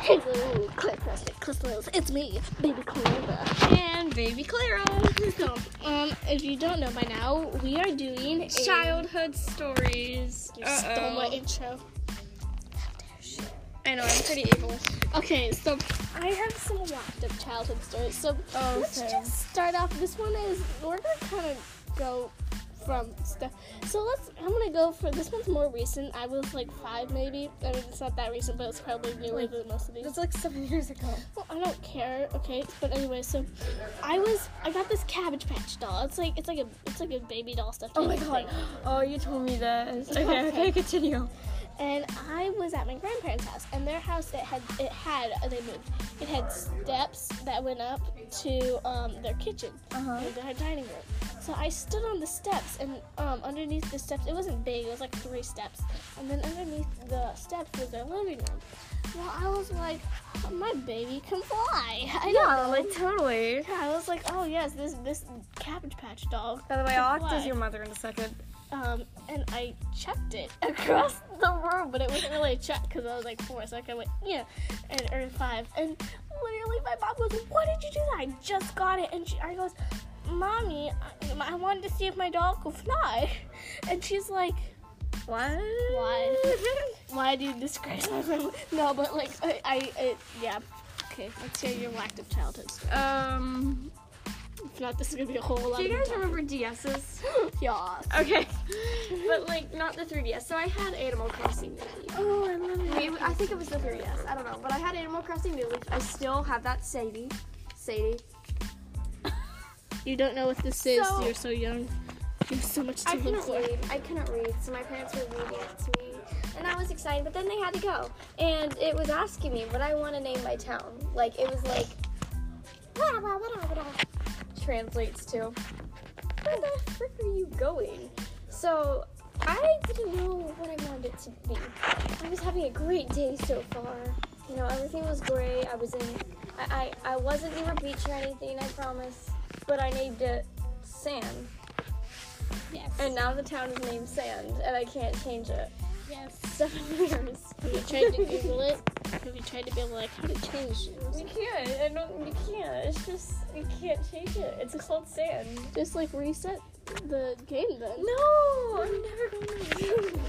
Hey, Claire Crusher, Crystals, it's me, Baby Clara. And baby Clara. So, um, if you don't know by now, we are doing a Childhood stories. You stole my Uh-oh. intro. I know, I'm pretty evil. Okay, so I have some locked up childhood stories. So Oh, let's okay. just start off. This one is we're gonna kind of go from stuff. So let's. I'm gonna go for this one's more recent. I was like five, maybe. I mean, it's not that recent, but it's probably newer Like, than most of these. like seven years ago. Well, I don't care. Okay, but anyway, so I was. I got this Cabbage Patch doll. It's like it's like a it's like a baby doll stuffed. Oh my animal god. thing. Oh, you told me that. Okay, Okay. okay, continue. and I was at my grandparents' house, and their house it had it had they moved. It had steps that went up to um, their kitchen, Uh-huh. and their dining room. So I stood on the steps, and um, underneath the steps, it wasn't big. It was like three steps, and then underneath the steps was their living room. Well, I was like, my baby can fly. I Yeah, don't know. like totally. yeah, I was like, oh yes, this this Cabbage Patch doll By the way, I'll act Why? as your mother in a second. um, and I checked it across the room, but it wasn't really a check because I was like four, so I kind of went, yeah, and or five. And literally, my mom goes, Why did you do that? I just got it. And she, I goes, Mommy, I, I wanted to see if my dog could fly. And she's like, What? Why? Why do you disgrace my family? No, but like, I, I it, yeah. Okay, let's hear your lack of childhood story. um, If not, this is gonna be a whole lot do you of guys remember DS's? Yeah. Okay, but like not the 3DS. So I had Animal Crossing New Leaf. Oh, I love it. Maybe, I think it was the 3DS. I don't know, but I had Animal Crossing New Leaf. I still have that Sadie. Sadie. You don't know what this is. So- You're so young. You have so much to I look couldn't for. read. I couldn't read, so my parents were reading it to me, and I was excited. But then they had to go, and it was asking me what I want to name my town. Like it was like, blah blah blah blah. Translates to, where the frick are you going? So I didn't know what I wanted it to be. I was having a great day so far. You know, everything was great. I was in. I I, I wasn't near a beach or anything. I promise. But I named it Sand. Yes. And now the town is named Sand, and I can't change it. yes. Seven years. Have you tried to Google it? Have you tried to be like, how to change We it? can't. I don't. We can't. It's just we can't change it. It's called Sand. Just like reset the game then. No, I'm never going to do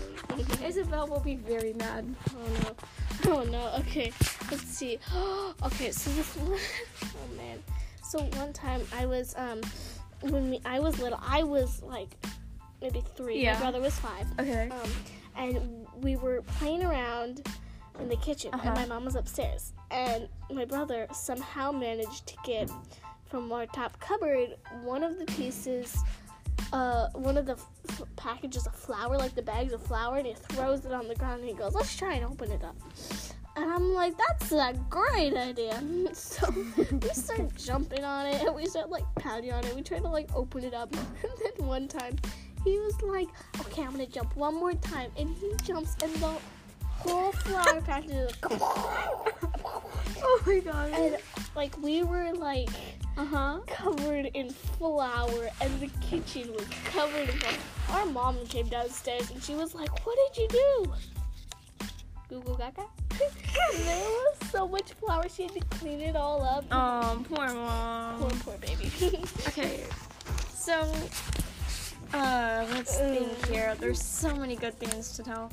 it. Isabel will be very mad. Oh no. Oh no. Okay. Let's see. okay. So this one oh man. So one time I was um when we, I was little I was like maybe three. Yeah. My brother was five. Okay. Um, and we were playing around in the kitchen, Uh-huh. and my mom was upstairs. And my brother somehow managed to get from our top cupboard one of the pieces, uh, one of the f- f- packages of flour, like the bags of flour, and he throws it on the ground and he goes, Let's try and open it up. And I'm like, That's a great idea. So we start jumping on it and we start like pounding on it. We try to like open it up. And then one time he was like, okay, I'm gonna jump one more time. And he jumps and the whole flower package is like, Oh my god. and like we were like uh huh. covered in flour and the kitchen was covered in flour. Our mom came downstairs and she was like, what did you do? Google Gaga? there was so much flour, she had to clean it all up. Um, poor mom. Poor, poor baby. Okay. So, uh, let's think here. There's so many good things to tell.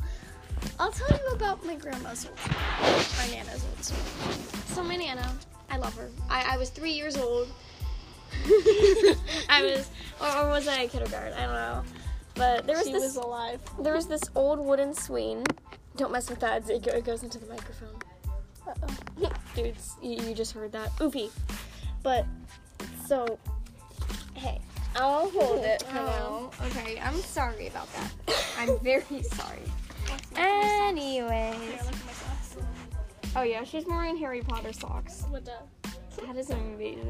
I'll tell you about my grandma's old story, my nana's old story. So my nana, I love her. I, I was three years old. I was, or, or was I in kindergarten? I don't know. But there was she this was alive. there was this old wooden swing. Don't mess with that. It, go, it goes into the microphone. Uh-oh. Dudes, you, you just heard that. Oopie. But so, hey, I'll hold it. for now. Oh, Okay, I'm sorry about that. I'm very sorry. Here, Anyways. look at my socks. Oh yeah, she's more in Harry Potter socks. What the? That is amazing.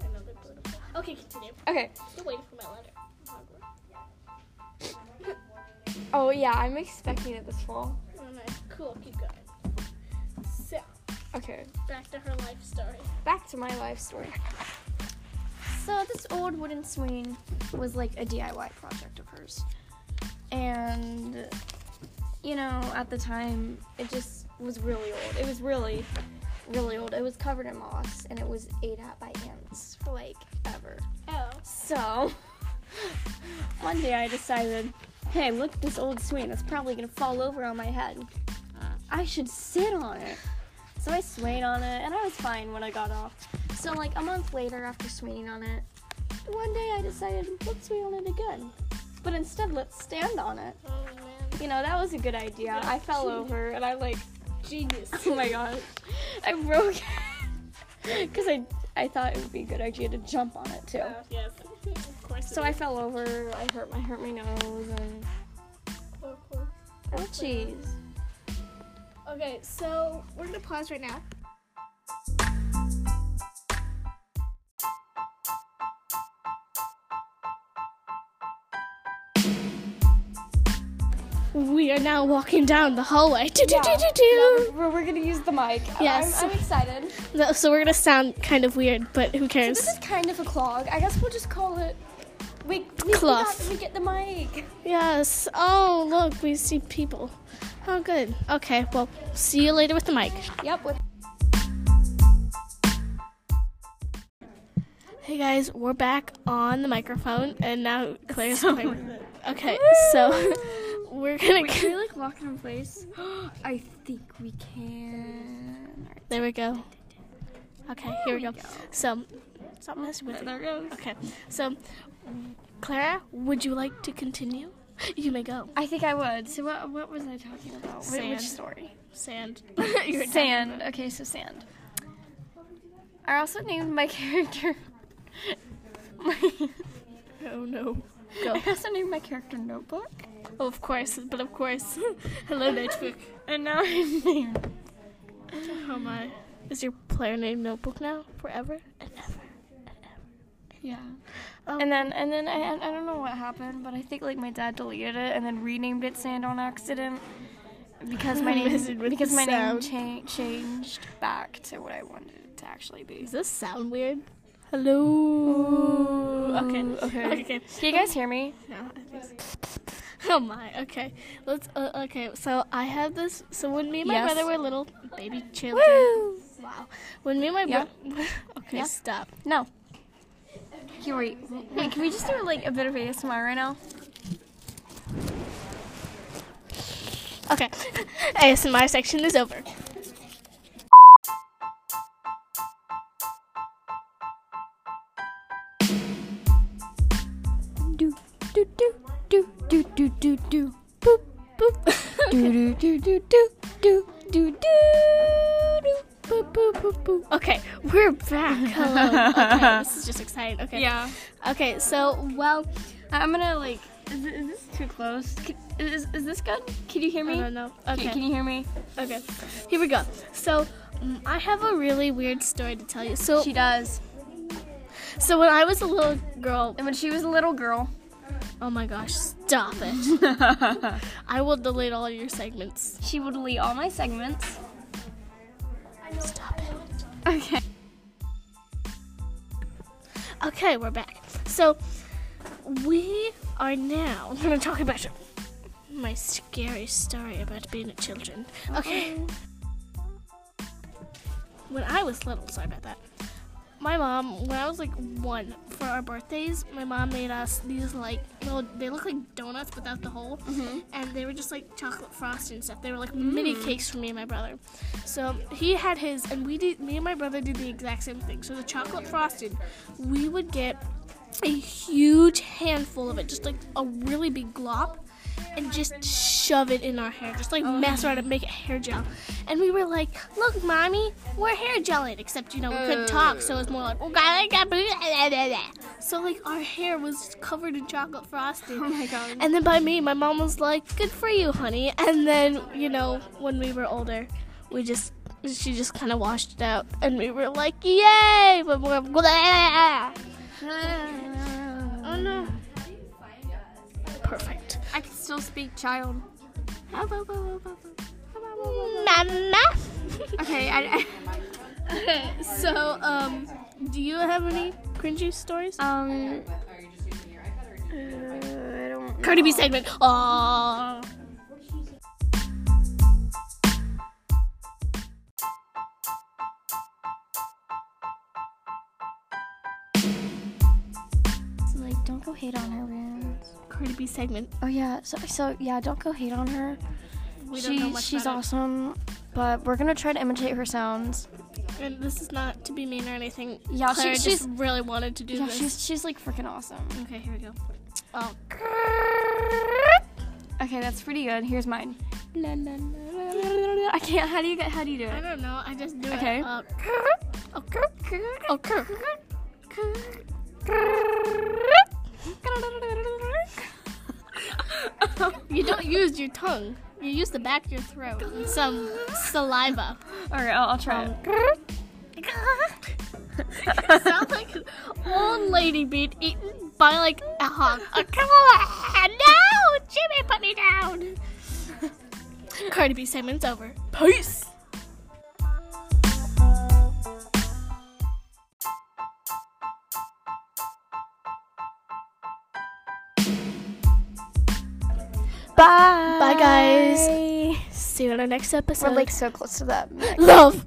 uh, Another political. Okay, continue. Okay. Still waiting for my letter. Oh yeah, I'm expecting it this fall. Oh, nice. Cool. Keep going. So, Okay, Back to her life story. back to my life story. So this old wooden swing was like a DIY project of hers. And you know, at the time it just was really old. It was really really old. It was covered in moss and it was ate at by ants for like ever. Oh. So one day I decided, hey, look at this old swing. It's probably gonna fall over on my head. I should sit on it. So I swayed on it, and I was fine when I got off. So like a month later, after swaying on it, one day I decided let's sway on it again. But instead, let's stand on it. Oh man. You know that was a good idea. I fell over, and I like, Genius. oh my gosh, I broke it because I I thought it would be a good idea to jump on it too. Oh, yes. of course. So I fell over. I hurt my hurt my nose and oh jeez. Okay, so we're gonna pause right now. We are now walking down the hallway. Do, do, do, do, do. we're, we're gonna use the mic. Yes. I'm, I'm excited. No, so we're gonna sound kind of weird, but who cares? This is kind of a clog. I guess we'll just call it. We, we, Cloth. We, got, we get the mic. Yes. Oh, look, we see people. Oh, good. Okay, well, see you later with the mic. Yep. With, Hey guys, we're back on the microphone, and now Claire's playing. Okay, so we're gonna. we like lock in place? I think we can. There we go. Okay, here we go. So, stop messing with it. There goes. Okay, so Clara, would you like to continue? You may go. I think I would. So what, what was I talking about? Wait, Sand. which story? Sand. sand. Okay, so sand. I also named my character. my, Oh no. I also named my character Notebook. Oh, of course, but of course. Hello, Notebook. And now I'm named. Oh my. Is your player name Notebook now? Forever and ever. Yeah. Um, Oh. And then and then I I don't know what happened, but I think like my dad deleted it and then renamed it Sand on accident because my Messing name with because the my name sound. cha- changed back to what I wanted it to actually be. Does this sound weird? Hello. Okay. okay. Okay. Can you guys hear me? No, I think so. Oh my. Okay. Let's. Uh, okay. So I had this. So when me and my Yes. brother were little baby children. Woo! Wow. When me and my Yeah. bro- okay. Yeah. Stop. No. Can we wait? Can we just do like a bit of ASMR right now? Okay. ASMR section is over. Do do do do do do do do boop boop do do do do do do do do boop boop boop boop. Okay. We're back. Hello. Okay. This is just exciting. Okay. Yeah. Okay. So well. I'm gonna like. Is, thi- is this too close? C- Is, is this good? Can you hear I me? don't know. Can- Okay. Can you hear me? Okay, here we go. So, mm, I have a really weird story to tell you. So, She does. so when I was a little girl, And when she was a little girl, oh my gosh, stop it! I will delete all your segments. she would delete all my segments. Stop it. Okay. Okay, we're back. So, we are now going to talk about my scary story about being a children. Okay. When I was little, sorry about that. My mom, when I was like one, for our birthdays, my mom made us these like little, they look like donuts without the hole, and they were just like chocolate frosting and stuff. They were like mini cakes for me and my brother. So he had his, and we did, me and my brother did the exact same thing. So the chocolate frosting, we would get a huge handful of it, just like a really big glop, and just shove it in our hair, just like Oh. mess around and make it hair gel. And we were like, "Look, mommy, we're hair gelling," except you know we couldn't talk, so it was more like, "Oh God, blah, blah, blah, blah." So like our hair was covered in chocolate frosting. Oh my god. And then by me, my mom was like, "Good for you, honey." And then you know when we were older, we just. She just kind of washed it out, and we were like, "Yay!" But we're Oh no. Perfect. I can still speak child. Mama. Okay, I, I- okay. So, um, do you have any cringy stories? Um. uh, I don't. Cardi B segment. Oh. So, like, don't go hate on her, man. Cardi B segment. Oh yeah. So so yeah, don't go hate on her. We she don't know much she's about it. awesome, but we're gonna try to imitate her sounds. And this is not to be mean or anything. Yeah, she- Clara just she's- really wanted to do yeah, this. she's she's like freaking awesome. Okay, here we go. Oh. Okay, that's pretty good. Here's mine. I can't. How do you get? How do you do I it? don't know. I just do Okay. it. Uh, okay. Okay. You don't use your tongue. You use the back of your throat and some saliva. All right, I'll, I'll try it. Sounds like an old lady being eaten by like a hog. Oh, come on! No! Jimmy, put me down! Cardi B segment's over. Peace! Bye. Bye, guys. See you on our next episode. We're like so close to that. love!